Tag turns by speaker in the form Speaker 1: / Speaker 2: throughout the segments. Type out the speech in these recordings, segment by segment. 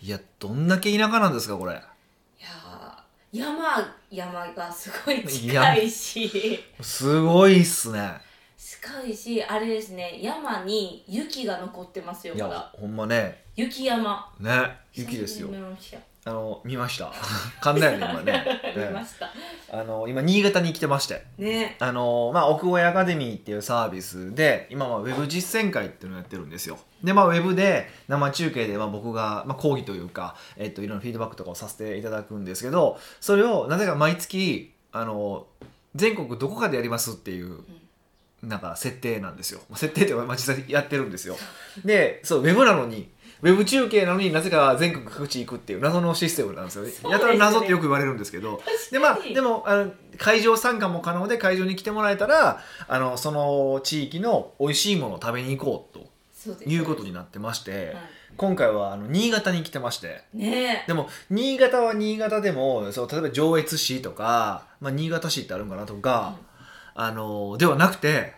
Speaker 1: いやどんだけ田舎なんですかこれ
Speaker 2: いやー山山がすごい近いし
Speaker 1: すごいっすね
Speaker 2: 近いしあれですね山に雪が残ってますよ
Speaker 1: い
Speaker 2: ま
Speaker 1: や
Speaker 2: だ
Speaker 1: ほんまね
Speaker 2: 雪山
Speaker 1: ね雪ですよ
Speaker 2: 久しぶりに見ました
Speaker 1: あの見ました 神田やね 今ね
Speaker 2: 見ま
Speaker 1: ね
Speaker 2: した
Speaker 1: あの今新潟に来てまして
Speaker 2: ね
Speaker 1: あのまあ、奥越えアカデミーっていうサービスで今はウェブ実践会っていうのをやってるんですよで、まあ、ウェブで生中継でまあ僕が、まあ、講義というか、えっと、いろんなフィードバックとかをさせていただくんですけどそれをなぜか毎月あの全国どこかでやりますっていうなんか設定なんですよまあ設定っていうかまあ実際やってるんですよでそうウェブなのにウェブ中継なのになぜか全国各地行くっていう謎のシステムなんですよね
Speaker 2: そうですね
Speaker 1: やたら謎ってよく言われるんですけどでまあ、で
Speaker 2: も
Speaker 1: もあの会場参加も可能で会場に来てもらえたらあのその地域の美味しいものを食べに行こう
Speaker 2: そうです
Speaker 1: ということになってまして、
Speaker 2: は
Speaker 1: 今回はあの新潟に来てまして
Speaker 2: いね
Speaker 1: でも新潟は新潟でもそう例えば上越市とか、まあ、新潟市ってあるんかなとか、あのではなくて、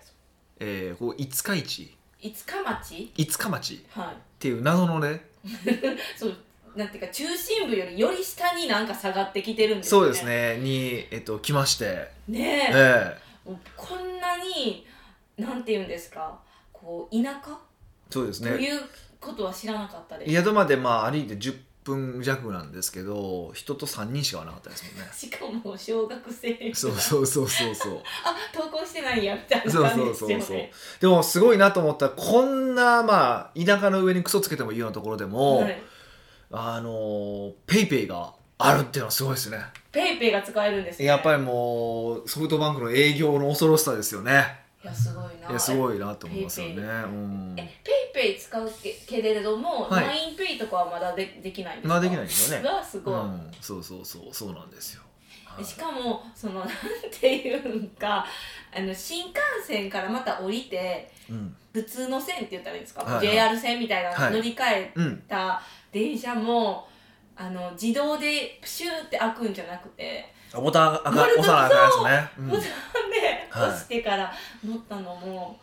Speaker 1: えー、こう五日市
Speaker 2: え五日町
Speaker 1: 五日町っ
Speaker 2: はい
Speaker 1: ていう謎のね
Speaker 2: そうなんていうか中心部よりより下になんか下がってきてるんです
Speaker 1: そうですねに、えっと、来まして、
Speaker 2: ねえ
Speaker 1: ええ
Speaker 2: もうこんなになんていうんですかこう田舎、
Speaker 1: そうですね
Speaker 2: ということは知らなかったです
Speaker 1: 宿までまあ歩いて10分弱なんですけど人と3人しか会わなかったですもん ね
Speaker 2: しかも小学生
Speaker 1: そうそうそうそう そう
Speaker 2: あ投稿してないやみたいな
Speaker 1: そう
Speaker 2: 感じ
Speaker 1: そ
Speaker 2: で
Speaker 1: う
Speaker 2: す
Speaker 1: そう
Speaker 2: よね
Speaker 1: そうでもすごいなと思ったらこんなまあ田舎の上にクソつけてもいいようなところでも、
Speaker 2: はい
Speaker 1: あのーペイペイがあるっていうのはすごいですね
Speaker 2: ペイペイが使えるんですね
Speaker 1: やっぱりもうソフトバンクの営業の恐ろしさですよね
Speaker 2: いやすごいない
Speaker 1: いやすごいなと思いますよね
Speaker 2: ペイペイ
Speaker 1: うん
Speaker 2: えペイペイ使うけけれども、
Speaker 1: はい
Speaker 2: LINEPay とかはまだでできないんですか
Speaker 1: まあできないですよね
Speaker 2: わすごい、
Speaker 1: うん、そうそうそうそうなんですよはい
Speaker 2: しかもそのなんていうんかあの新幹線からまた降りて
Speaker 1: うん
Speaker 2: 普通の線って言ったらいいんですか、
Speaker 1: はいはい
Speaker 2: JR 線みたいな
Speaker 1: はい
Speaker 2: の乗り換え
Speaker 1: うん
Speaker 2: た電車も、あの自動でプシューって開くんじゃなくて、
Speaker 1: あボタンあかん
Speaker 2: 丸
Speaker 1: 押
Speaker 2: 太
Speaker 1: さなあかんやつね、うん
Speaker 2: ボタンで
Speaker 1: はい
Speaker 2: 押してから乗ったのも、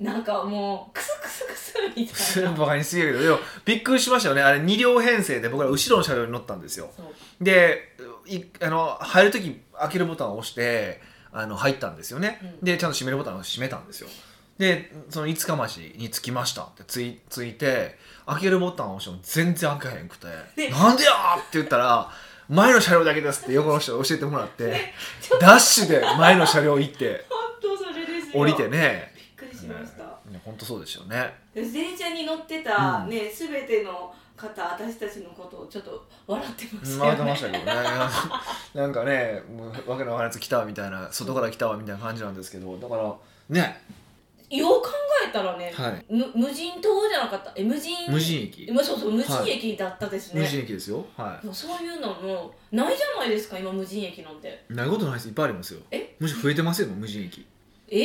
Speaker 2: なんかもうクスクスクスみたいな。
Speaker 1: バカにしすぎるけどでもびっくりしましたよねあれ2両編成で僕ら後ろの車両に乗ったんですよ
Speaker 2: そう
Speaker 1: でいあの入る時開けるボタンを押してあの入ったんですよね、
Speaker 2: うん
Speaker 1: でちゃんと閉めるボタンを閉めたんですよでその五日町に着きましたってついついて開けるボタンを押しても全然開かへんくて「
Speaker 2: ね
Speaker 1: なんでや!」って言ったら「前の車両だけです」って横の人に教えてもらって、
Speaker 2: ちょっと
Speaker 1: ダッシュで前の車両行 って
Speaker 2: 本当それですよ
Speaker 1: 降りてね
Speaker 2: びっくりしました、
Speaker 1: ね本当そうですよね
Speaker 2: 電車に乗ってた、
Speaker 1: うん
Speaker 2: ね全ての方私たちのことをちょっと笑ってました
Speaker 1: 回って
Speaker 2: よね
Speaker 1: ましたけどね なんかねもうわけのわからんやつ来たわみたいな外から来たわみたいな感じなんですけどだからね
Speaker 2: よう考えたらね、
Speaker 1: はい
Speaker 2: む無人島じゃなかったえ無人
Speaker 1: 無人駅
Speaker 2: まあそうそう無人駅だったですね、
Speaker 1: 無人駅ですよは
Speaker 2: でもそういうのもないじゃないですか今無人駅なんて
Speaker 1: いないことないですいっぱいありますよ
Speaker 2: え
Speaker 1: むしろ増えてますよ無人駅
Speaker 2: えー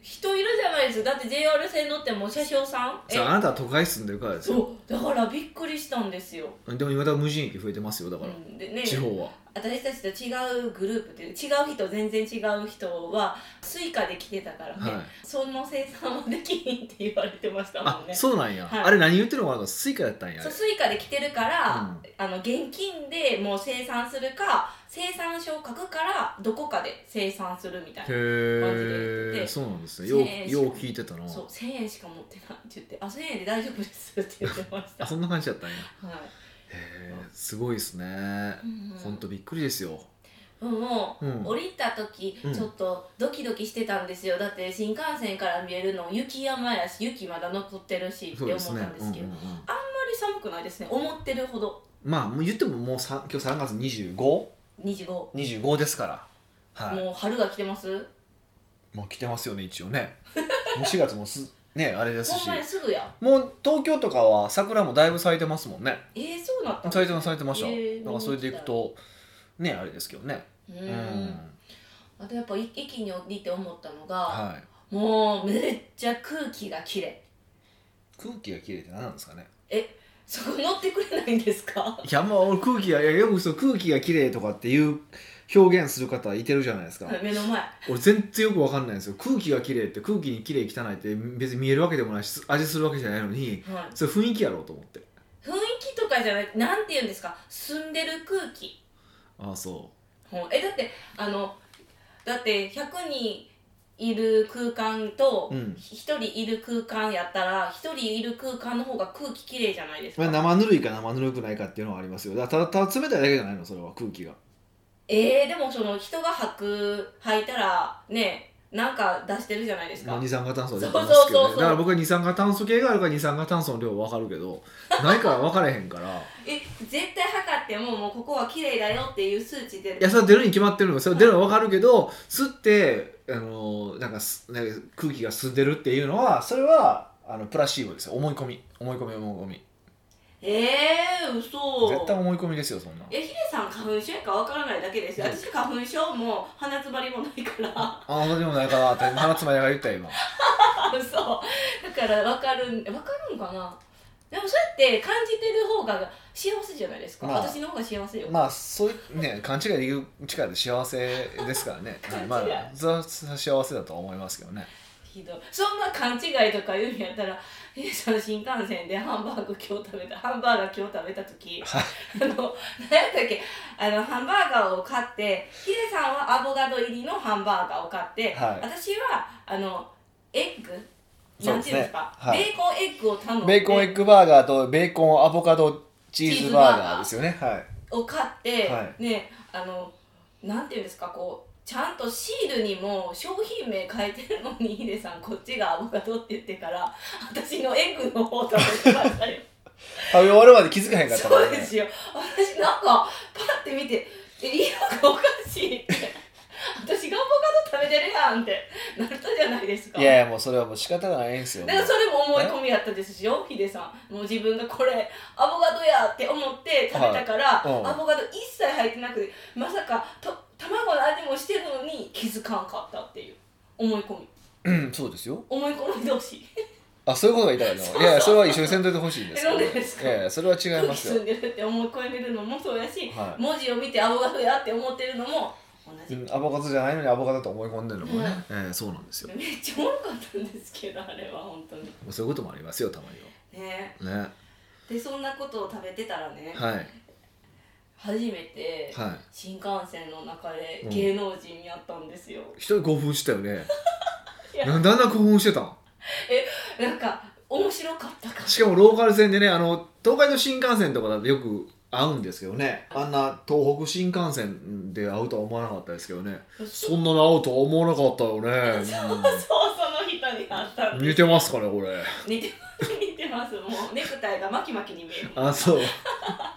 Speaker 2: 人いるじゃないですかだって JR 線乗っても車掌さんえ
Speaker 1: さああなたは都会住んでるからですよ
Speaker 2: そうだからびっくりしたんですよ、
Speaker 1: でも今だ無人駅増えてますよだか
Speaker 2: う
Speaker 1: ら、
Speaker 2: ん、でね
Speaker 1: 地方は
Speaker 2: 私たちと違うグループという違う人全然違う人はスイカで来てたからね、
Speaker 1: はい
Speaker 2: その生産はできひんって言われてました
Speaker 1: あ
Speaker 2: もんね
Speaker 1: そうなんや、
Speaker 2: はい
Speaker 1: あれ何言ってるのかなスイカやったんやあ
Speaker 2: そ
Speaker 1: れ
Speaker 2: うスイカで来てるから、
Speaker 1: う
Speaker 2: あの現金でもう生産するか生産書を書くからどこかで生産するみたいな
Speaker 1: へえ
Speaker 2: で
Speaker 1: そうなんですねよう
Speaker 2: ね
Speaker 1: よう聞いてたな
Speaker 2: そう1000円しか持ってないって言って「あ1000円で大丈夫です」って言ってました
Speaker 1: あそんな感じだったんや
Speaker 2: はい、
Speaker 1: へえすごいですね
Speaker 2: うんうん
Speaker 1: ほんとびっくりですよ
Speaker 2: もう、
Speaker 1: うん
Speaker 2: 降りた時
Speaker 1: うん
Speaker 2: ちょっとドキドキしてたんですよ、だって新幹線から見えるの雪山やし雪まだ残ってるしって
Speaker 1: そう
Speaker 2: 思
Speaker 1: で
Speaker 2: った
Speaker 1: す
Speaker 2: んですけど
Speaker 1: ねうんうん
Speaker 2: あんま
Speaker 1: うん
Speaker 2: り寒くないですね思ってるほど
Speaker 1: まあもう言ってももうさん今日3月2525
Speaker 2: 25、も
Speaker 1: ですからは
Speaker 2: う春が来てます
Speaker 1: いもう来てますよね一応ね もう4月もすねあれです
Speaker 2: ほん
Speaker 1: し
Speaker 2: まにすぐや
Speaker 1: もう東京とかは桜もだいぶ咲いてますもんね
Speaker 2: えー、そうなったん
Speaker 1: 咲いてます咲いてました、
Speaker 2: えー
Speaker 1: だからそれでいくとねあれですけどね
Speaker 2: う
Speaker 1: うん
Speaker 2: んあとやっぱい駅に降りて思ったのが、
Speaker 1: はい
Speaker 2: もうめっちゃ空気がきれい
Speaker 1: 空気がきれいって何なんですかね
Speaker 2: そこ乗ってくれないんですか
Speaker 1: いやもう俺空気がいやよくそう空気がきれいとかっていう表現する方いてるじゃないですか
Speaker 2: 目の前
Speaker 1: 俺全然よくわかんないんですよ空気がきれいって空気にきれい汚いって別に見えるわけでもないし味するわけじゃないのに
Speaker 2: はい
Speaker 1: それ雰囲気やろうと思って
Speaker 2: 雰囲気とかじゃなくなんて言うんですか澄んでる空気
Speaker 1: あそ
Speaker 2: ほうえだってあのだって100人いる空間と
Speaker 1: うん
Speaker 2: 1人いる空間やったら1人いる空間の方が空気きれいじゃないです
Speaker 1: う、まあ、
Speaker 2: か、
Speaker 1: 生ぬるいか生ぬるくないかっていうのはありますよだからただただ冷たいだけじゃないのそれは空気が
Speaker 2: えー、でもその人が吐く吐いたらねなんか出してるじゃないです
Speaker 1: まあ
Speaker 2: か
Speaker 1: 二酸化炭素は出てますけ
Speaker 2: そうそう
Speaker 1: ど、
Speaker 2: そう
Speaker 1: ね、
Speaker 2: そう
Speaker 1: だから僕は二酸化炭素系があるから二酸化炭素の量は分かるけ どないから分からへんから
Speaker 2: え絶対測ってももうここは綺麗だよっていう数値で
Speaker 1: いやそれは出るに決まってるのよそれは出るのは分かるけど吸ってあのなんかすなんか空気が吸ってるっていうのはそれはあのプラシーボですよ思い込み思い込み思い込み
Speaker 2: えー、嘘
Speaker 1: 絶対思い込みですよそんな
Speaker 2: えヒデさん花粉症やからわからないだけですよ私花粉症も鼻詰まりもないから
Speaker 1: ああでもないかなって花妻が言ったよ今
Speaker 2: そうだから分かるん分かるんかなでもそうやって感じてる方が幸せじゃないですか、
Speaker 1: まあ
Speaker 2: 私の方が幸せよ、
Speaker 1: まあそういうね勘違いできる力で幸せですからね、はい、ま
Speaker 2: 勘違い
Speaker 1: あそれは幸せだとは思いますけどね
Speaker 2: ひどいそんな勘違いとか言うんやったらヒデさん新幹線でハンバーグ今日食べたハンバーガー今日食べた時
Speaker 1: はい
Speaker 2: あの何やったっけあのハンバーガーを買ってヒデさんはアボカド入りのハンバーガーを買って、
Speaker 1: はい
Speaker 2: 私はあのエッグ
Speaker 1: そう
Speaker 2: なん
Speaker 1: で
Speaker 2: て
Speaker 1: す
Speaker 2: いうんで
Speaker 1: ね
Speaker 2: すか
Speaker 1: はい
Speaker 2: ベーコンエッグを頼んで
Speaker 1: ベーコンエッグバーガーとベーコンアボカドチーズバーガーですよねはい
Speaker 2: を買って、
Speaker 1: は
Speaker 2: ねあのなんていうんですかこうちゃんとシールにも商品名書いてるのにヒデさんこっちがアボカドって言ってから私のエッグの方食べてましたよ
Speaker 1: 食べ終わるまで気づかへんかったか
Speaker 2: そ
Speaker 1: ら
Speaker 2: うで
Speaker 1: ね
Speaker 2: すよ私なんかパッて見てえ理由がおかしいって私がアボカド食べてるやんってなったじゃないですか
Speaker 1: いやいやもうそれはもう仕方がないんですよ
Speaker 2: だからそれも思い込みやったですよヒデさんもう自分がこれアボカドやって思って食べたから、
Speaker 1: はいうん
Speaker 2: アボカド一切入ってなくてまさかと卵の味もしてるのに気づかんかったっていう思い込み
Speaker 1: うんそうですよ
Speaker 2: 思い込み同士
Speaker 1: あそういうことが言いたいの
Speaker 2: そうそう
Speaker 1: いやいやそれは一緒にせんといてほしいんですけど
Speaker 2: えなんでですか
Speaker 1: いやいやそれは違い
Speaker 2: 空
Speaker 1: ま
Speaker 2: 気
Speaker 1: す
Speaker 2: 澄
Speaker 1: よ
Speaker 2: んでるって思い込めるのもそうやし、
Speaker 1: はい
Speaker 2: 文字を見てアボカドやって思ってるのも同
Speaker 1: う
Speaker 2: じ、
Speaker 1: んアボカドじゃないのにアボカドと思い込んでるのもね、
Speaker 2: うん
Speaker 1: ええそうなんですよ
Speaker 2: めっちゃおもろかったんですけどあれは本当に
Speaker 1: そういうこともありますよたまに
Speaker 2: ね
Speaker 1: はね
Speaker 2: でそんなことを食べてたらね、
Speaker 1: はい
Speaker 2: 初めて
Speaker 1: はい
Speaker 2: 新幹線の中で芸能人に会ったんですよ、
Speaker 1: 一人興奮したよね
Speaker 2: いや
Speaker 1: なんであんな興奮してたん
Speaker 2: なんか面白かったか
Speaker 1: しかもローカル線でねあの東海道新幹線とかだとよく会うんですけどねあんな東北新幹線で会うとは思わなかったですけどね
Speaker 2: ら
Speaker 1: そんなの会うとは思わなかったよ
Speaker 2: そう
Speaker 1: ね、
Speaker 2: その人に会った
Speaker 1: うんん
Speaker 2: で
Speaker 1: 似てますかねこれ
Speaker 2: 似てます似てますもうネクタイが巻き巻きに見える
Speaker 1: あそう
Speaker 2: あ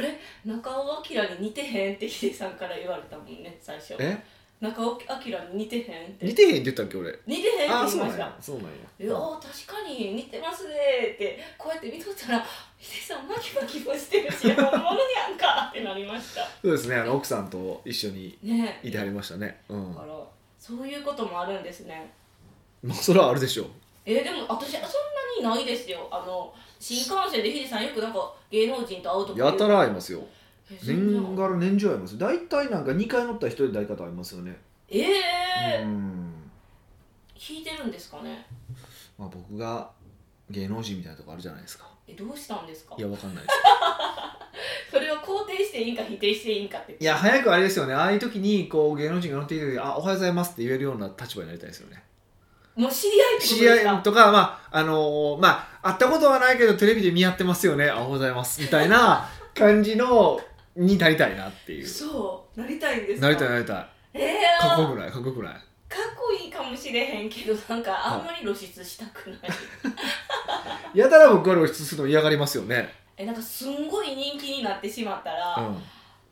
Speaker 2: れ中尾明に似てへんってヒデさんから言われたもんね最初
Speaker 1: え
Speaker 2: 中尾明に似てへんって
Speaker 1: 似てへんって言ったっけ俺
Speaker 2: 似てへん
Speaker 1: あ
Speaker 2: って
Speaker 1: そ
Speaker 2: 言
Speaker 1: うなん
Speaker 2: いました
Speaker 1: やそうなんや
Speaker 2: いやー確かに似てますねってこうやって見とったらヒデさん巻き巻きもしてる し本物やんかってなりました
Speaker 1: そうですねあの奥さんと一緒に
Speaker 2: ねえ
Speaker 1: いてはりましたねうん
Speaker 2: だからそういうこともあるんですね
Speaker 1: まあそれはあるでしょう
Speaker 2: えーでも私そんなにないですよあの新幹線でヒデさんよくなんか芸能人と会うとか
Speaker 1: やたら会いますよ
Speaker 2: えーそ
Speaker 1: 年
Speaker 2: んな
Speaker 1: がら年中会いますよ大体なんか2回乗ったら1人で大方会いますよね
Speaker 2: ええ
Speaker 1: うん
Speaker 2: 聞いてるんですかね
Speaker 1: まあ、僕が芸能人みたいなとこあるじゃないですか
Speaker 2: えどうしたんですか
Speaker 1: いやわかんないです
Speaker 2: それを肯定していいんか否定していいんかって
Speaker 1: いや早くあれですよねああいう時にこう芸能人が乗っている時に「あおはようございます」って言えるような立場になりたいですよね
Speaker 2: もう知り合いってこと
Speaker 1: 知
Speaker 2: で
Speaker 1: り
Speaker 2: す
Speaker 1: 合い
Speaker 2: か
Speaker 1: とかまああのーまあ会ったことはないけどテレビで見合ってますよね「あおはようございます」みたいな感じのになりたいなっていう
Speaker 2: そうなりたいんですか
Speaker 1: なりたいなりたい
Speaker 2: えー、
Speaker 1: かっこよ
Speaker 2: か
Speaker 1: くないかっこよくない
Speaker 2: っこいいかもしれへんけどなんかあんまり露出したくない、
Speaker 1: やたら僕は露出するの嫌がりますよね
Speaker 2: えなんかすんごい人気になってしまったら
Speaker 1: う、ん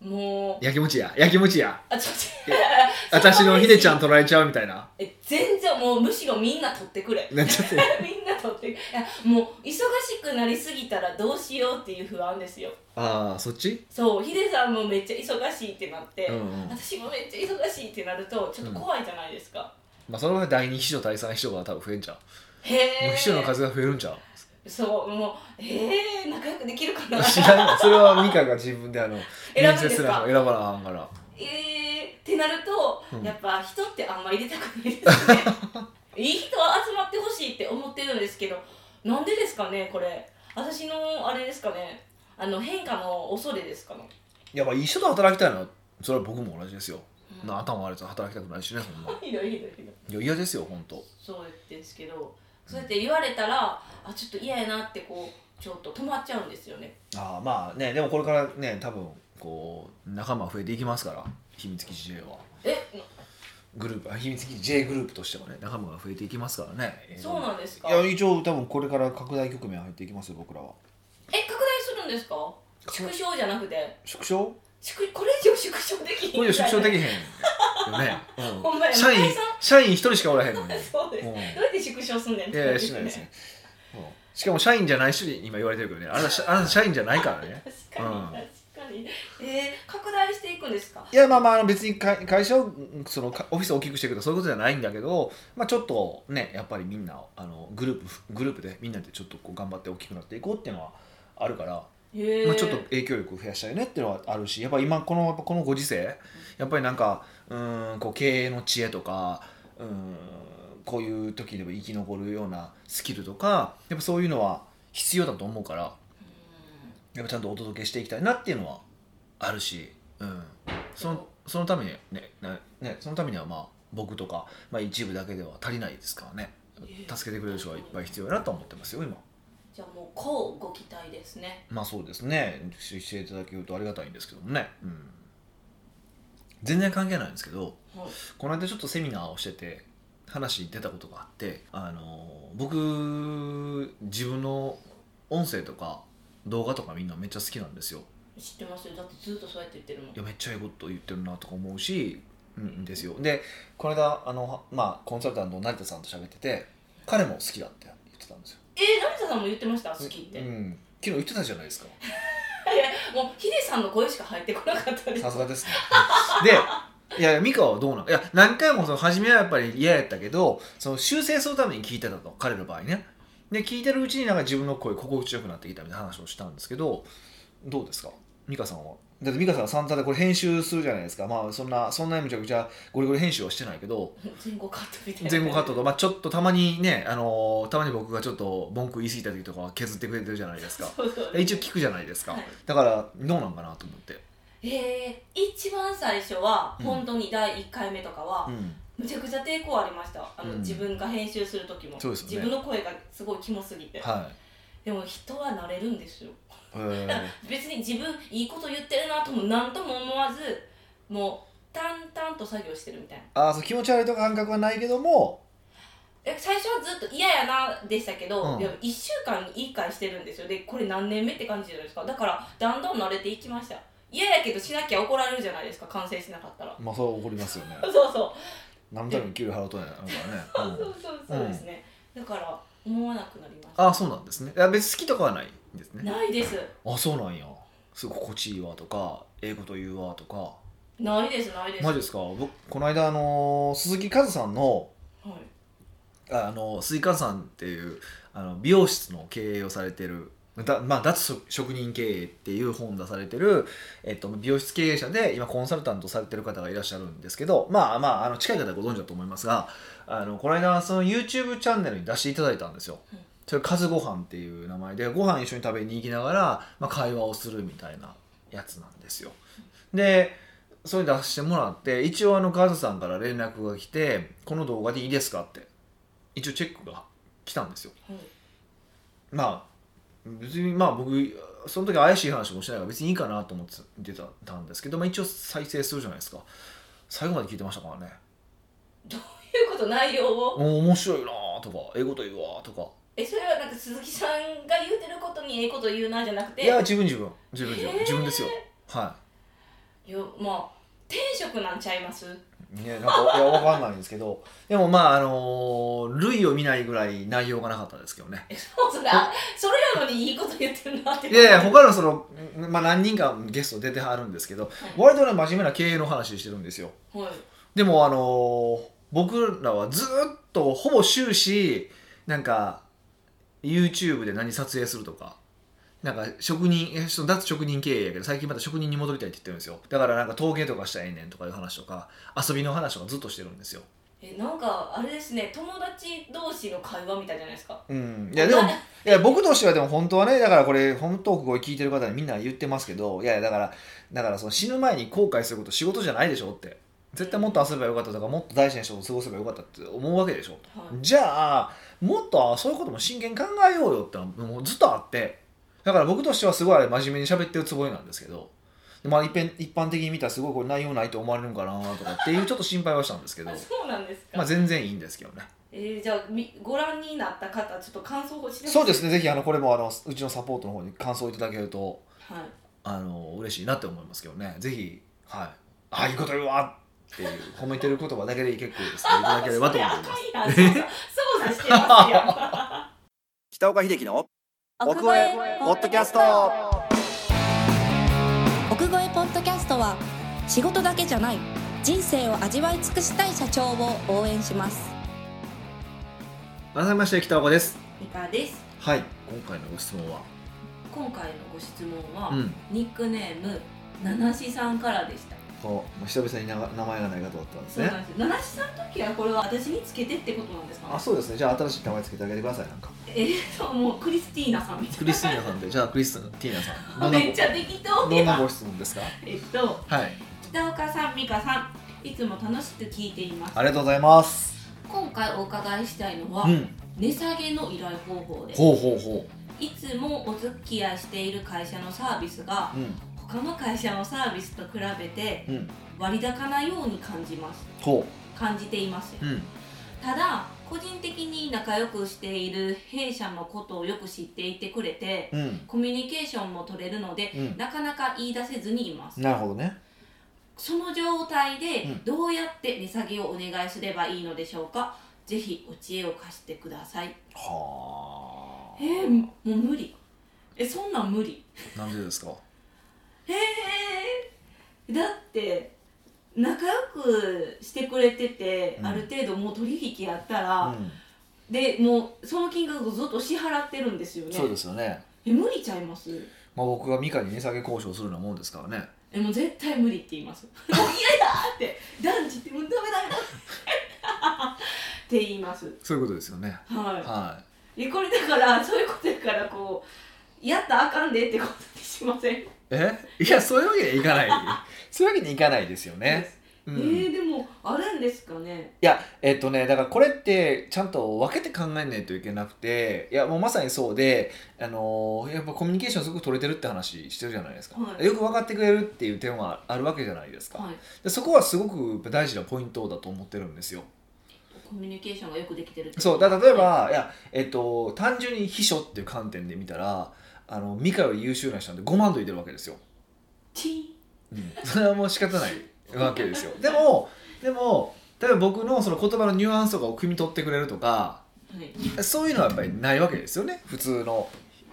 Speaker 2: もう
Speaker 1: やきもちややきもちや
Speaker 2: あちょっと
Speaker 1: 私のひでちゃん 取られちゃうみたい な
Speaker 2: え全然もうむしろみんな撮ってくれ
Speaker 1: なっちゃって
Speaker 2: みんなとっていやもう忙しくなりすぎたらどうしようっていう不安ですよ
Speaker 1: ああそっち
Speaker 2: そうヒデさんもめっちゃ忙しいってなって、
Speaker 1: うんうん
Speaker 2: 私もめっちゃ忙しいってなるとちょっと怖いじゃないですか、
Speaker 1: まあそのは第二秘書第三秘書が多分増えんちゃう
Speaker 2: へ
Speaker 1: もう
Speaker 2: え
Speaker 1: 秘書の数が増えるんちゃう
Speaker 2: そうもうへえ仲良くできる かな
Speaker 1: 知らんわそれは美香が自分であの
Speaker 2: 選ぶん
Speaker 1: 面接
Speaker 2: です
Speaker 1: すら
Speaker 2: か
Speaker 1: 選ばなあかんから
Speaker 2: えー、ってなると、
Speaker 1: うん
Speaker 2: やっぱ人ってあんま入れたくないで すねいい人集まってほしいって思ってるんですけどなんでですかねこれ私のあれですかねあの変化の恐れですかね、
Speaker 1: いやまあ一緒で働きたいのはそれは僕も同じですよ、
Speaker 2: うん
Speaker 1: な頭悪いやつは働きたくないしねそんな
Speaker 2: ひどいひどいひどい
Speaker 1: いや嫌ですよ本当
Speaker 2: そうですけどそうやって言われたらあちょっと嫌やなってこうちょっと止まっちゃうんですよね
Speaker 1: ああまあねでもこれからね多分こう仲間増えていきますから秘密基地 J は
Speaker 2: え
Speaker 1: グループあ秘密基地 J グループとしてもね仲間が増えていきますからね
Speaker 2: そうなんですか
Speaker 1: いや一応多分これから拡大局面入っていきますよ僕らは
Speaker 2: え拡大するんですか縮小じゃなくて
Speaker 1: 縮小
Speaker 2: 縮これ以上縮小できひん
Speaker 1: これ縮小でき
Speaker 2: き
Speaker 1: へんよね、うん
Speaker 2: ほんまや
Speaker 1: 社員
Speaker 2: 中井さん
Speaker 1: 社員一人しかおらへんのに
Speaker 2: そうです、
Speaker 1: うん
Speaker 2: どうやって縮小すんねんっ
Speaker 1: い
Speaker 2: て
Speaker 1: やい
Speaker 2: 感
Speaker 1: や
Speaker 2: じ
Speaker 1: しないですね、うんしかも社員じゃない人に今言われてるけどねあなた社あなた社員じゃないからね
Speaker 2: 確かに、
Speaker 1: うん
Speaker 2: 確かにえー、拡大していくんですか
Speaker 1: いやまあまああの別に会会社をうんそのかオフィスを大きくしていくとかそういうことじゃないんだけど、まあ、ちょっとねやっぱりみんなあのグループグループでみんなでちょっとこう頑張って大きくなっていこうっていうのはあるから、
Speaker 2: へえ
Speaker 1: まあ、ちょっと影響力を増やしたいねっていうのはあるしやっぱ今このやっぱこのご時世やっぱりなんかうーんこう経営の知恵とかうーんこういう時でも生き残るようなスキルとかやっぱそういうのは必要だと思うから
Speaker 2: う
Speaker 1: やっぱちゃんとお届けしていきたいなっていうのはあるし、うん、そのそのためにねねねそのためにはまあ僕とか、まあ、一部だけでは足りないですからね
Speaker 2: ん
Speaker 1: 助けてくれる人がいっぱい必要だなと思ってますよ今
Speaker 2: じゃあもうこうご期待ですね
Speaker 1: まあそうですねししていただけるとありがたいんですけどもね、うん、全然関係ないんですけど
Speaker 2: はい
Speaker 1: この間ちょっとセミナーをしてて話に出たことがあって、あの僕自分の音声とか動画とかみんなめっちゃ好きなんですよ
Speaker 2: 知ってますよだってずっとそうやって言ってるもん
Speaker 1: いやめっちゃええこと言ってるなとか思うし、うん、ですよでこの間あの、まあ、コンサルタントの成田さんと喋ってて彼も好きだって言ってたんですよ
Speaker 2: えー、成田さんも言ってました好きって、
Speaker 1: う
Speaker 2: い
Speaker 1: ん、昨日言ってたじゃないですか
Speaker 2: やもうヒデさんの声しか入ってこなかったです
Speaker 1: さすがですねでいや美香はどうなのいや何回もその初めはやっぱり嫌やったけどその修正するために聞いてたと彼の場合ねで聞いてるうちになんか自分の声心地よくなってきたみたいな話をしたんですけどどうですか美香さんはだって美香さんはサンタでこれ編集するじゃないですかまあそんなそんなにむちゃくちゃゴリゴリ編集はしてないけど
Speaker 2: 前後カットみたいな
Speaker 1: 前後カットと、まあ、ちょっとたまにね、あのーたまに僕がちょっと文句言い過ぎた時とかは削ってくれてるじゃないですか
Speaker 2: そうそう
Speaker 1: 一応聞くじゃないですか、
Speaker 2: はい
Speaker 1: だからどうなんかなと思って、
Speaker 2: えー、一番最初は
Speaker 1: うん
Speaker 2: 本当に第1回目とかは、
Speaker 1: うん、
Speaker 2: むちゃくちゃ抵抗ありましたあの、
Speaker 1: うん
Speaker 2: 自分が編集する時も、
Speaker 1: そうですよね
Speaker 2: 自分の声がすごいキモすぎて
Speaker 1: はい
Speaker 2: でも人は慣れるんですよ
Speaker 1: え
Speaker 2: だから
Speaker 1: ー
Speaker 2: 別に自分いいこと言ってるなとも何とも思わずもう淡々と作業してるみたいな
Speaker 1: あーそう気持ち悪いとか感覚はないけども
Speaker 2: え最初はずっと嫌やなでしたけど、
Speaker 1: うん
Speaker 2: でも1週間に1回してるんですよでこれ何年目って感じじゃないですかだからだんだん慣れていきました嫌やけどしなきゃ怒られるじゃないですか完成しなかったら
Speaker 1: まあそれは怒りますよね
Speaker 2: そうそう
Speaker 1: 何のために給料払うとんやなからね、う
Speaker 2: そ
Speaker 1: ん
Speaker 2: うそうそうですね、だから思わなくなりました
Speaker 1: ああそうなんですねいや別に好きとかはないんですね
Speaker 2: ないです
Speaker 1: あそうなんやすごい心地いいわとかええこと言うわとか
Speaker 2: ないですないです、
Speaker 1: マ
Speaker 2: はい、
Speaker 1: ジですか僕この間あのー鈴木和さんのあの水川さんっていうあの美容室の経営をされてるだ、まあ、脱職人経営っていう本出されてる、えっと、美容室経営者で今コンサルタントされてる方がいらっしゃるんですけどまあまああの近い方はご存知だと思いますがあのこの間その YouTube チャンネルに出していただいたんですよ。
Speaker 2: うん
Speaker 1: それカズご飯っていう名前でご飯一緒に食べに行きながら、まあ、会話をするみたいなやつなんですよ。でそれ出してもらって一応あのカズさんから連絡が来て「この動画でいいですか?」って一応チェックが来たんですよ
Speaker 2: はい
Speaker 1: まあ別にまあ僕その時怪しい話もしてないから別にいいかなと思って出たたんですけど、まあ、一応再生するじゃないですか最後まで聞いてましたからね
Speaker 2: どういうこと内容を
Speaker 1: お面白いなとかええこと言うわとか
Speaker 2: えそれはなんか鈴木さんが言うてることにええこと言うなじゃなくて
Speaker 1: いや自分自分自分自分
Speaker 2: へー
Speaker 1: 自分ですよはい
Speaker 2: よまあ天職なんちゃいます
Speaker 1: いやなんかいやわかんないんですけどでもまああのー類を見ないぐらい内容がなかったですけどね
Speaker 2: えそうそれあそれなのにいいこと言ってるなって
Speaker 1: いやいや他のその、まあ、何人かゲスト出てはるんですけど
Speaker 2: は
Speaker 1: 割とね真面目な経営の話してるんですよ
Speaker 2: い、はい
Speaker 1: でもあのー僕らはずーっとほぼ終始なんか YouTube で何撮影するとかなんか職人えその脱職人経営やけど最近また職人に戻りたいって言ってるんですよだからなんか陶芸とかしたらええねんとかいう話とか遊びの話とかずっとしてるんですよ
Speaker 2: ええなんかあれですね友達同士の会話みたいじゃないですか
Speaker 1: うん、いや でもいや僕としてはでも本当はねだからこれ本当これ聞いてる方にみんな言ってますけどいやいやだからだからその死ぬ前に後悔すること仕事じゃないでしょって絶対もっと遊べばよかったとかもっと大事な人と過ごせばよかったって思うわけでしょ
Speaker 2: はい
Speaker 1: じゃあもっとあそういうことも真剣に考えようよってのはもうずっとあってだから僕としてはすごいあれ真面目に喋ってるつもりなんですけど、まあ、一遍一般的に見たらすごいこれ内容ないと思われるんかなとかっていうちょっと心配はした んですけど
Speaker 2: あそうなんですか、
Speaker 1: まあ全然いいんですけどね
Speaker 2: えーじゃあみご覧になった方ちょっと感想をして
Speaker 1: そうです
Speaker 2: ね
Speaker 1: ねぜひあのこれもあのうちのサポートの方に感想いただけると
Speaker 2: はい
Speaker 1: あの嬉しいなって思いますけどねぜひはいああいいこと言うわっていう褒めてる言葉だけで結構ですねいただければと思います
Speaker 2: あそれあかんやん操作してますやん
Speaker 1: 北岡秀樹の
Speaker 3: 奥越えポッドキャスト奥越えポッドキャストは仕事だけじゃない人生を味わい尽くしたい社長を応援します
Speaker 1: 改めまして北岡です
Speaker 2: ミカです
Speaker 1: はい今回のご質問は
Speaker 2: 今回のご質問は、
Speaker 1: うん
Speaker 2: ニックネームナナシさんからでした
Speaker 1: こうもう久々になが名前がない方だったんです
Speaker 2: そう
Speaker 1: ね
Speaker 2: なんですナナシさんの時はこれは私につけてってことなんですかね
Speaker 1: あそうですねじゃあ新しい名前つけてあげてくださいなんか
Speaker 2: えーそうもうクリスティーナさんみた
Speaker 1: ク
Speaker 2: い
Speaker 1: リスティーナさんでじゃあクリスティーナさん
Speaker 2: な
Speaker 1: どんな
Speaker 2: めっちゃ適当
Speaker 1: どん
Speaker 2: で
Speaker 1: なご質問ですか
Speaker 2: えっと
Speaker 1: はい
Speaker 2: 北岡さん美香さんいつも楽しく聞いています
Speaker 1: ありがとうございます
Speaker 2: 今回お伺いしたいのは、
Speaker 1: うん
Speaker 2: 値下げの依頼方法です
Speaker 1: ほうほうほ
Speaker 2: いつもお付き合いしている会社のサービスが
Speaker 1: ううん
Speaker 2: 他の会社のサービスと比べて
Speaker 1: うん
Speaker 2: 割高なように感じます
Speaker 1: ほ
Speaker 2: 感じています
Speaker 1: ううん
Speaker 2: ただ個人的に仲良くしている弊社のことをよく知っていてくれて
Speaker 1: うん
Speaker 2: コミュニケーションも取れるので
Speaker 1: うん
Speaker 2: なかなか言い出せずにいます
Speaker 1: なるほどね
Speaker 2: その状態で
Speaker 1: うん
Speaker 2: どうやって値下げをお願いすればいいのでしょうかぜひお知恵を貸してください
Speaker 1: は
Speaker 2: えー、もう無理えそんなん無理
Speaker 1: あなんでですか
Speaker 2: えー、だって仲良くしてくれてて、
Speaker 1: うん
Speaker 2: ある程度もう取引やった
Speaker 1: う
Speaker 2: ら、
Speaker 1: ん
Speaker 2: でもうその金額をずっと支払ってるんですよね
Speaker 1: そうですよね
Speaker 2: え無理ちゃいます
Speaker 1: まあ僕がミカに値下げ交渉するようなもんですからね
Speaker 2: えもう絶対無理って言います もう嫌だって断じてもうダメダメダメ って言います
Speaker 1: そういうことですよね
Speaker 2: はい
Speaker 1: は
Speaker 2: えこれだからそういうことだからこうやったらあかんでってことにしません
Speaker 1: いえいやそういうわけにはい かないそういうわけにいかないですよね、う
Speaker 2: え
Speaker 1: ん、
Speaker 2: ー、でもあるんですかね
Speaker 1: いやえっとねだからこれってちゃんと分けて考えないといけなくていやもうまさにそうであのーやっぱコミュニケーションすごく取れてるって話してるじゃないですか、
Speaker 2: はい
Speaker 1: よく分かってくれるっていう点はあるわけじゃないですか、
Speaker 2: はい
Speaker 1: でそこはすごくやっぱ大事なポイントだと思ってるんですよ
Speaker 2: コミュニケーションがよくできてるって
Speaker 1: そうだ例えばいや、えっと、単純に秘書っていう観点で見たらあのミカより優秀な人なんて5万といてるわけですよ、
Speaker 2: チン
Speaker 1: うん、それはもう仕方ないわけですよでもでも例えば僕のその言葉のニュアンスとかを汲み取ってくれるとか
Speaker 2: はい
Speaker 1: そういうのはやっぱりないわけですよね普通の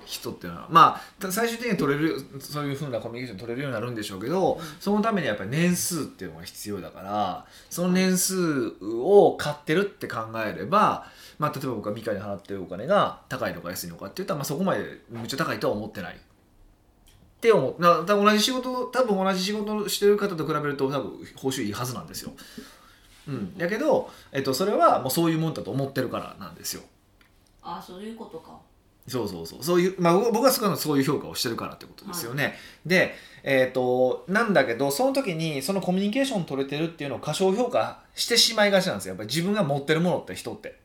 Speaker 1: 人っていうのはまあた最終的に取れるそういうふうなコミュニケーション取れるようになるんでしょうけどそのためにはやっぱり年数っていうのが必要だからその年数を買ってるって考えれば、まあ、例えば僕がミカに払ってるお金が高いのか安いのかって言ったら、まあ、そこまでめっちゃ高いとは思ってない。って思うな多分同じ仕事多分同じ仕事をしてる方と比べると多分報酬いいはずなんですよ。うん、やけど、えっと、それはもうそういうもんだと思ってるからなんですよ。
Speaker 2: ああそういうことか
Speaker 1: そうそうそうそういう、まあ、僕僕は少なくともそういう評価をしてるからってことですよね。で、えー、となんだけどその時にそのコミュニケーション取れてるっていうのを過小評価してしまいがちなんですよやっぱり自分が持ってるものって人って。
Speaker 2: うん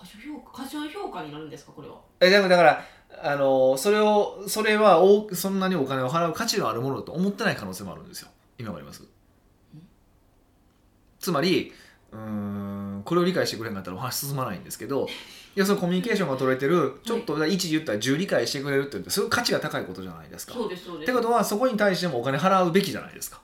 Speaker 2: 過小評価過小評価になるんですかこれは
Speaker 1: えでもだからあのそれをそれはおそんなにお金を払う価値のあるものだと思ってない可能性もあるんですよ今わかりますつまりうーんこれを理解してくれなかったらお話進まないんですけどいやそのコミュニケーションが取れてるちょっと1言ったら10理解してくれるって言うとすごい価値が高いことじゃないですか
Speaker 2: そうですそう
Speaker 1: っ
Speaker 2: で
Speaker 1: て
Speaker 2: す
Speaker 1: ことはそこに対してもお金払うべきじゃないですか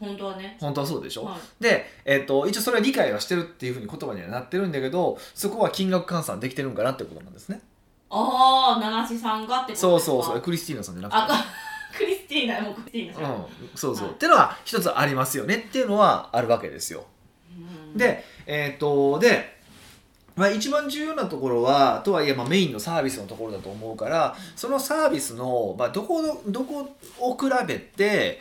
Speaker 2: 本当はね
Speaker 1: 本当はそうでしょ、
Speaker 2: はい
Speaker 1: で、えっと一応それは理解はしてるっていうふうに言葉にはなってるんだけどそこは金額換算できてるんかなってことなんですね
Speaker 2: ああ七瀬さんがってこと
Speaker 1: そう
Speaker 2: ですか
Speaker 1: そうそうクリスティーナさんじゃなくて
Speaker 2: あかクリスティーナもうクリスティーナさん、
Speaker 1: うん、そうそう、
Speaker 2: はい
Speaker 1: ってのは一つありますよねっていうのはあるわけですよ。
Speaker 2: うん
Speaker 1: でえっ、とで、まあ、一番重要なところはとはいえ、まあ、メインのサービスのところだと思うからそのサービスの、まあ、どこどこを比べて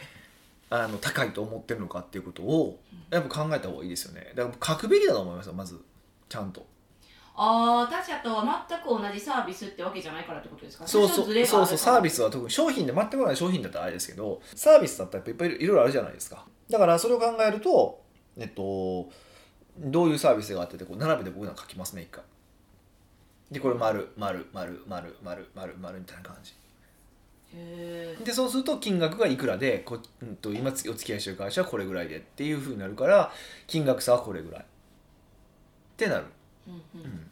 Speaker 1: あの高いと思ってるのかっていうことをやっぱ考えた方がいいですよねだから書くべきだと思いますよまずちゃんと
Speaker 2: ああ他社とは全く同じサービスってわけじゃないからってことですか
Speaker 1: そうそう
Speaker 2: 最初
Speaker 1: そうそうサービ
Speaker 2: ス
Speaker 1: スは特に商品で全くない商品だったらあれですけどサービスだったらやっぱいろいろいろあるじゃないですかだからそれを考えるとえっとどういうサービスがあっててこう並べて僕なんか書きますね一回でこれ丸丸丸丸丸丸丸みたいな感じ
Speaker 2: へ
Speaker 1: でそうすると金額がいくらでこ、うん、と今つお付き合いしてる会社はこれぐらいでっていうふうになるから金額差はこれぐらいってなる、
Speaker 2: え、うんう
Speaker 1: うんん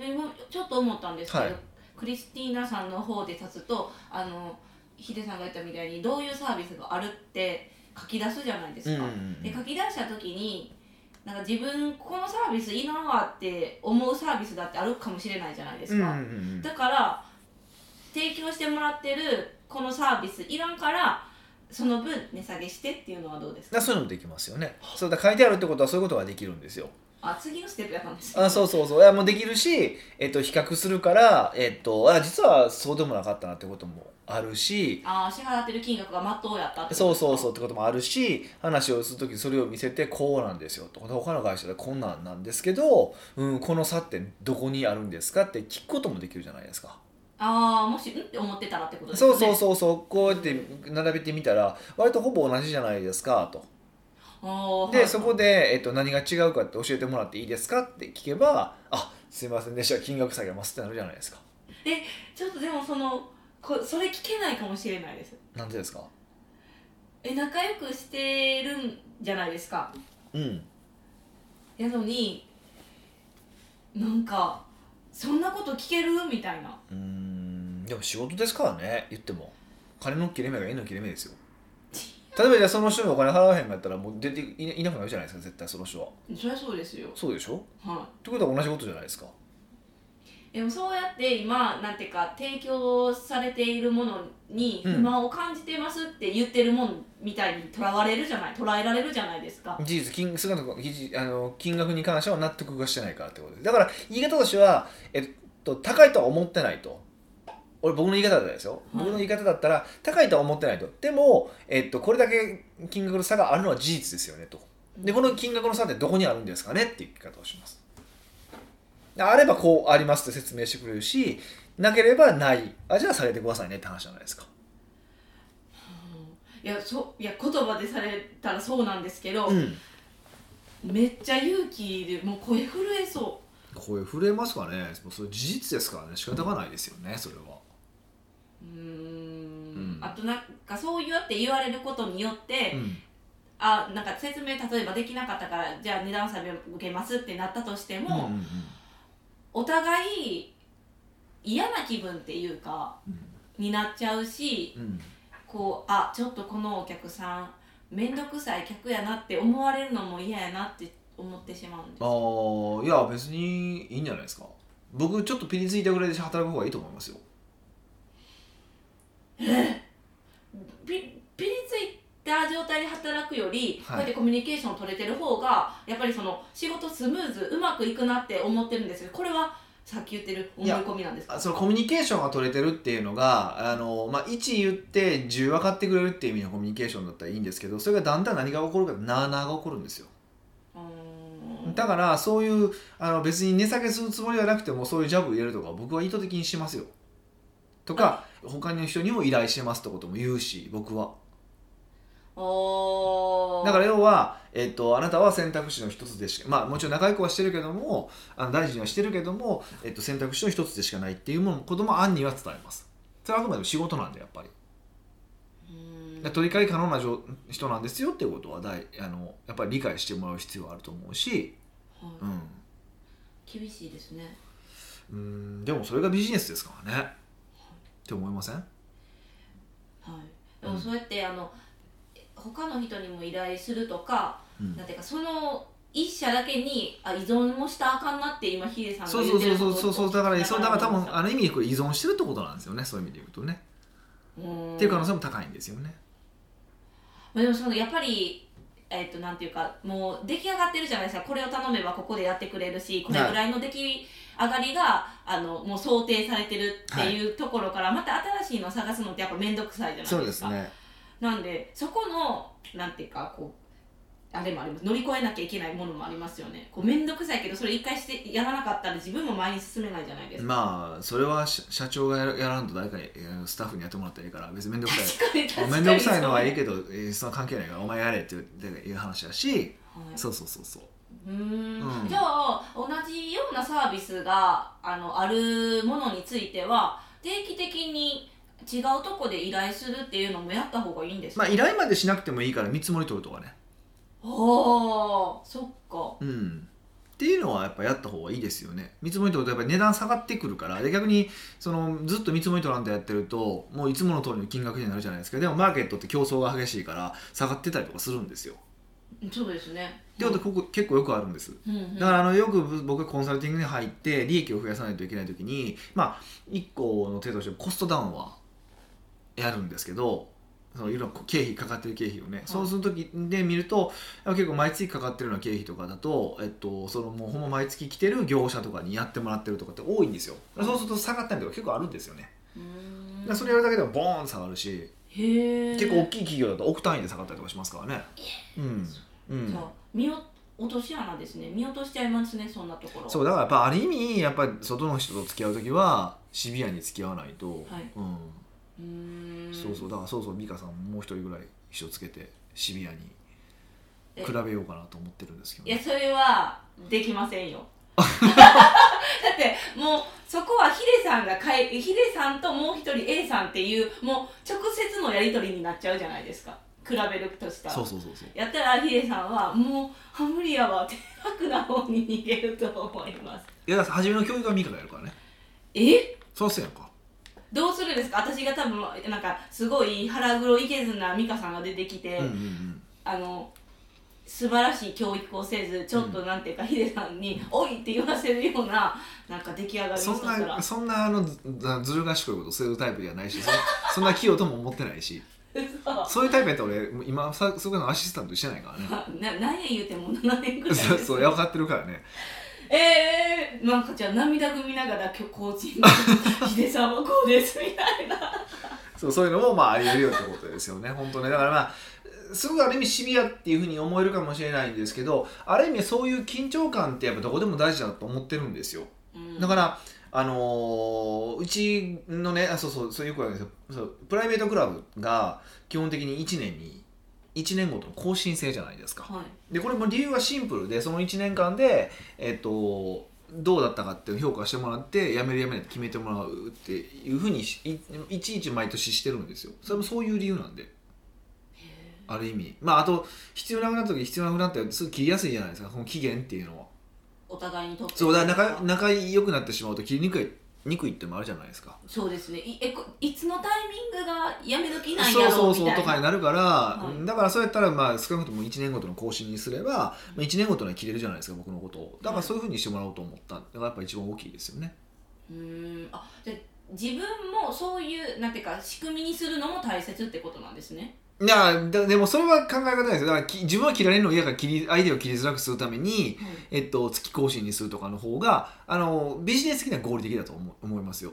Speaker 2: えもうちょっと思ったんですけど、
Speaker 1: はい
Speaker 2: クリスティーナさんの方で立つとあのヒデさんが言ったみたいにどういうサービスがあるって書き出すじゃないですか、
Speaker 1: うんうんうん
Speaker 2: で書き出した時になんか自分このサービスいいなーって思うサービスだってあるかもしれないじゃないです
Speaker 1: うんう
Speaker 2: か、
Speaker 1: ん
Speaker 2: だから提供してもらってるこのサービスいらんからその分値下げしてっていうのはどうです
Speaker 1: う
Speaker 2: か
Speaker 1: ん、そういうのもできますよねそうだから書いてあるってことはそういうことができるんですよ
Speaker 2: あ次のステップやったんですね
Speaker 1: あそうそうそういやもうできるし、えっと、比較するから、えっと、あ実はそうでもなかったなってこともあるし
Speaker 2: あー支払ってる金額がまっとうやったってこと
Speaker 1: そう
Speaker 2: ですか
Speaker 1: そうそうってこともあるし話をする時にそれを見せてこうなんですよと他の会社でこんなんなんですけど、うん、この差ってどこにあるんですかって聞くこともできるじゃないですか。
Speaker 2: ああもしうんって思ってたらってことです
Speaker 1: そ
Speaker 2: よ
Speaker 1: う
Speaker 2: ね
Speaker 1: そうそうそうこうやって並べてみたら割とほぼ同じじゃないですかと。
Speaker 2: あー
Speaker 1: で
Speaker 2: はい
Speaker 1: そこで、えっと、何が違うかって教えてもらっていいですかって聞けばあすいませんでした金額下げますってなるじゃないですか。
Speaker 2: ちょっとでもそのこそれ聞けないかもしれないです
Speaker 1: なんでですか
Speaker 2: え仲良くしてるんじゃないですか
Speaker 1: うん
Speaker 2: やのになんかそんなこと聞けるみたいな
Speaker 1: うーんでも仕事ですからね言っても金の切れ目が縁の切れ目ですよ例えばじゃあその人にお金払わへんかったらもう出ていないなくなるじゃないですか絶対その人は
Speaker 2: そりゃそうですよ
Speaker 1: そうでしょっ
Speaker 2: は
Speaker 1: てことは同じことじゃないですか
Speaker 2: いでもそうやって今なんていうか提供されているものに
Speaker 1: うん
Speaker 2: 不満を感じてますって言ってるもんみたいにとらわれるじゃない捉えられるじゃないですか
Speaker 1: 事実金姿の事実あの金額に関しては納得がしてないからってことですだから言い方としては、えっと、高いとは思ってないと俺僕の言い方だったらですよ、僕の言い方だったら高いとは思ってないとでも、えっと、これだけ金額の差があるのは事実ですよねとでこの金額の差ってどこにあるんですかねっていう聞き方をしますであればこうありますって説明してくれるしなければないあじゃあ下げてくださいねって話じゃないですか
Speaker 2: いやそいや言葉でされたらそうなんですけど、
Speaker 1: うん
Speaker 2: めっちゃ勇気でもう声震えそ
Speaker 1: これ震えますかねもうそれ事実ですからね仕方がないですよねそれは
Speaker 2: ううーん
Speaker 1: うん
Speaker 2: あとなんかそうやって言われることによって、
Speaker 1: うん
Speaker 2: あなんか説明例えばできなかったからじゃあ値段下げ受けますってなったとしても、
Speaker 1: うんうんうん
Speaker 2: お互い嫌な気分っていうかになっちゃうし
Speaker 1: うん
Speaker 2: こうあちょっとこのお客さん面倒くさい客やなって思われるのも嫌やなって思ってしまうんです
Speaker 1: あーいや別にいいんじゃないですか僕ちょっとピリついたぐらいで働く方がいいと思いますよ
Speaker 2: ピピリついた状態で働くより、
Speaker 1: はい
Speaker 2: こうやってコミュニケーションを取れてる方がやっぱりその仕事スムーズうまくいくなって思ってるんですけどこれはさっき言ってる思い込みなんですか
Speaker 1: あそのコミュニケーションが取れてるっていうのがあの、まあ、1言って10分かってくれるっていう意味のコミュニケーションだったらいいんですけどそれがだんだん何が起こるかなあなあが起こるんですよ
Speaker 2: うーん
Speaker 1: だからそういうあの別に値下げするつもりはなくてもそういうジャブ入れるとか僕は意図的にしますよとか他の人にも依頼してますってことも言うし僕は
Speaker 2: おー
Speaker 1: だから要は、えっと、あなたは選択肢の一つでしか、まあ、もちろん仲良くはしてるけどもあの大事にはしてるけども、えっと、選択肢の一つでしかないっていうものことも案には伝えますそれはあくまでも仕事なんでやっぱり
Speaker 2: うーん
Speaker 1: で取り替え可能な状人なんですよっていうことは大あのやっぱり理解してもらう必要はあると思うし、う
Speaker 2: はい
Speaker 1: ん、
Speaker 2: 厳しいですね
Speaker 1: うんでもそれがビジネスですからねって思いません
Speaker 2: はいでもそうやって、あの他の人にも依頼するとか、
Speaker 1: うん
Speaker 2: なんていうかその一社だけにあ依存もしたらあかんなって今ヒデさん
Speaker 1: そ
Speaker 2: が
Speaker 1: う
Speaker 2: 言
Speaker 1: そう
Speaker 2: って
Speaker 1: そうそ
Speaker 2: る
Speaker 1: うそうそうだから
Speaker 2: と
Speaker 1: そうだから多分あの意味でこれ依存してるってことなんですよねそういう意味で言うとね、
Speaker 2: うん
Speaker 1: っていう可能性も高いんですよね
Speaker 2: まあ、でもそのやっぱりえっとなんていうかもう出来上がってるじゃないですかこれを頼めばここでやってくれるしこれぐらいの出来上がりが、あのもう想定されてるっていうところから、また新しいのを探すのってやっぱ面倒くさいじゃないですか
Speaker 1: ね
Speaker 2: なんでそこのなんていうかこうあれもあります乗り越えなきゃいけないものもありますよねこう面倒くさいけどそれ一回してやらなかったら自分も前に進めないじゃないですか、
Speaker 1: まあそれは社社長がやらやらんと誰かにえースタッフにやってもらったらいいから別に面倒く さ
Speaker 2: 確かに確か
Speaker 1: い
Speaker 2: に
Speaker 1: 面倒くさいのはいいけど、えーそんな関係ないからお前やれっていうっていう話だし、
Speaker 2: はい
Speaker 1: そうそうそうそう
Speaker 2: うー
Speaker 1: うん
Speaker 2: んじゃあ同じようなサービスがあのあるものについては定期的に違うとこで依頼するっていうのもやった方がいいんです
Speaker 1: ま
Speaker 2: か、
Speaker 1: あ依頼までしなくてもいいから見積もり取るとかね
Speaker 2: おーそっか
Speaker 1: うんっていうのはやっぱやった方がいいですよね見積もり取るとやっぱり値段下がってくるからで逆にそのずっと見積もり取らんとやってるともういつもの通りの金額になるじゃないですかでもマーケットって競争が激しいから下がってたりとかするんですよ
Speaker 2: そうですね
Speaker 1: ってことここ結構よくあるんです
Speaker 2: うんうん
Speaker 1: だからあのよく僕がコンサルティングに入って利益を増やさないといけない時にまあ1個の手としてコストダウンはやるんですけどそのいろいろ経費かかってる経費をね、そうする時で見ると結構毎月かかってるような経費とかだと、えっと、そのもうほんま毎月来てる業者とかにやってもらってるとかって多いんですよそうすると下がったりとか結構あるんですよね
Speaker 2: うー
Speaker 1: だ
Speaker 2: ん
Speaker 1: からそれやるだけでもボーンと下がるし
Speaker 2: へえ
Speaker 1: 結構大きい企業だと億単位で下がったりとかしますからねうん、うん
Speaker 2: じゃ、あ見落落とし穴ですね見落としちゃいますねそんなところ
Speaker 1: そうだからやっぱある意味やっぱり外の人と付き合う時はシビアに付き合わないと、
Speaker 2: はいー
Speaker 1: うんん、そうそうだからそうそう美香さんもう一人ぐらい秘書つけてシビアに
Speaker 2: え
Speaker 1: 比べようかなと思ってるんですけど
Speaker 2: いや
Speaker 1: ね、
Speaker 2: それはできませんよだってもうそこはヒデさんがかいヒデさんともう一人 A さんっていうもう直接のやり取りになっちゃうじゃないですか比べるとしたら
Speaker 1: そうそうそうそう
Speaker 2: やったらヒデさんはもうあ無理やわって楽な方に逃げると思います
Speaker 1: いやだから初めの教育は美香がやるからね
Speaker 2: え
Speaker 1: そうせやんか
Speaker 2: どうするんですか私が多分なんかすごい腹黒いけずな美香さんが出てきて、
Speaker 1: うんうんうん
Speaker 2: あの素晴らしい教育をせずちょっとなんていうか、ヒデさんに「おい!」って言わせるようななんか出来上がりを
Speaker 1: そ
Speaker 2: し
Speaker 1: ん
Speaker 2: たら
Speaker 1: なそんなあのずずる賢いことするタイプではないしそんそんな器用とも思ってないし
Speaker 2: 嘘
Speaker 1: そういうタイプやったら俺今さそこのアシスタントしてないから ね
Speaker 2: な何年言うても7年くらい
Speaker 1: そうそう分かってるからね
Speaker 2: ええー、なんかじゃあ涙ぐみながら今日コーチングヒデさんはこうですみたいな
Speaker 1: そうそういうのもまああり得るよってことですよね本当ねだからまあすごくある意味シビアっていうふうに思えるかもしれないんですけどある意味そういう緊張感ってやっぱどこでも大事だと思ってるんですよだかららあのーうちのねあそうそうそういう子なんですよそうプライベートクラブが基本的に1年に1年ごとの更新制じゃないですか
Speaker 2: はい
Speaker 1: でこれも理由はシンプルでその1年間で、えっとどうだったかっていう評価してもらってやめるやめないって決めてもらうっていうふうにしいいちいち毎年してるんですよそれもそういう理由なんである意味まああと必要なくなった時必要なくなったらすぐ切りやすいじゃないですかこの期限っていうのは
Speaker 2: お互いにとって
Speaker 1: そうだから仲仲良くなってしまうと切りにくいにくいってもあるじゃないですか
Speaker 2: そうですねいえこいつのタイミングがやめ時なん
Speaker 1: そ
Speaker 2: や
Speaker 1: うそ
Speaker 2: ろ
Speaker 1: う
Speaker 2: うみ
Speaker 1: そう
Speaker 2: た
Speaker 1: と
Speaker 2: い
Speaker 1: か
Speaker 2: な
Speaker 1: になるから、
Speaker 2: い
Speaker 1: だからそうやったらまあ少なくとも1年ごとの更新にすれば、まあ、1年ごとには切れるじゃないですか僕のことをだからそういうふうにしてもらおうと思っただからやっぱ一番大きいですよね
Speaker 2: うーんあじゃあ自分もそういうなんていうか仕組みにするのも大切ってことなんですね
Speaker 1: いやだでもそれは考え方ですよだからき自分は切られるの嫌から切り相手を切りづらくするために、
Speaker 2: はい
Speaker 1: えっと、月更新にするとかの方があのビジネス的には合理的だと思思いますよ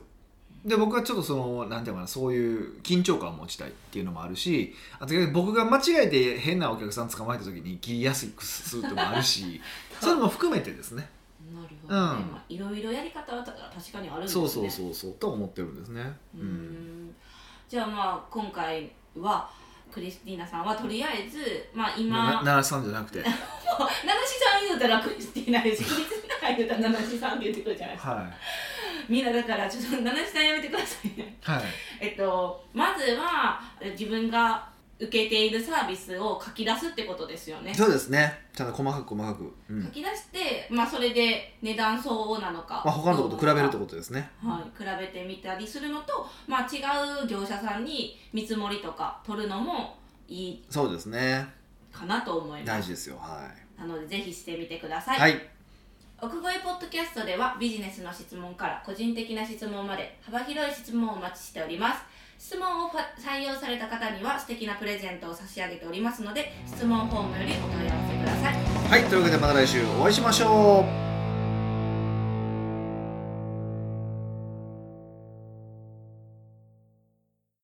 Speaker 1: で僕はちょっとそのなんていうのかなそういう緊張感を持ちたいっていうのもあるしあと逆に僕が間違えて変なお客さん捕まえた時に切りやすくするってのもある しそういうのも含めてですね
Speaker 2: なるほど、ね
Speaker 1: うん
Speaker 2: まあ、いろいろやり方はた確かにあるんです
Speaker 1: そ
Speaker 2: ね
Speaker 1: うそうそうそうと思ってるんですね
Speaker 2: うーんじゃあまあ今回はクリスティーナさんはとりあえずまあ今
Speaker 1: な奈良さんじゃな くて
Speaker 2: ナナシさん言うたらクリスティーナですクリスティーナ言うたらナナシさんって言ってくるじゃないですか
Speaker 1: は
Speaker 2: みんなだからちょっとナナシさんやめてくださいね
Speaker 1: いはい
Speaker 2: えっと、まずはえ自分が受けているサービスを書き出すってことですよね。
Speaker 1: そうですねちゃんと細かく細かく、うん
Speaker 2: 書き出して、まあ、それで値段相応なのか、
Speaker 1: まあ、他のとこと比べるって
Speaker 2: と
Speaker 1: ことですね。
Speaker 2: はい、比べてみたりするのと、まあ、違う業者さんに見積もりとか取るのもいい
Speaker 1: そうですね。
Speaker 2: かなと思いま
Speaker 1: 大
Speaker 2: す
Speaker 1: 事ですよ。は
Speaker 2: なのでぜひしてみてくださ
Speaker 1: い。
Speaker 2: い、
Speaker 1: はい。
Speaker 2: 奥越ポッドキャストではビジネスの質問から個人的な質問まで幅広い質問をお待ちしております質問を採用された方には素敵なプレゼントを差し上げておりますので質問フォームよりお問い合わせください
Speaker 1: はい。というわけでまた来週お会いしましょう。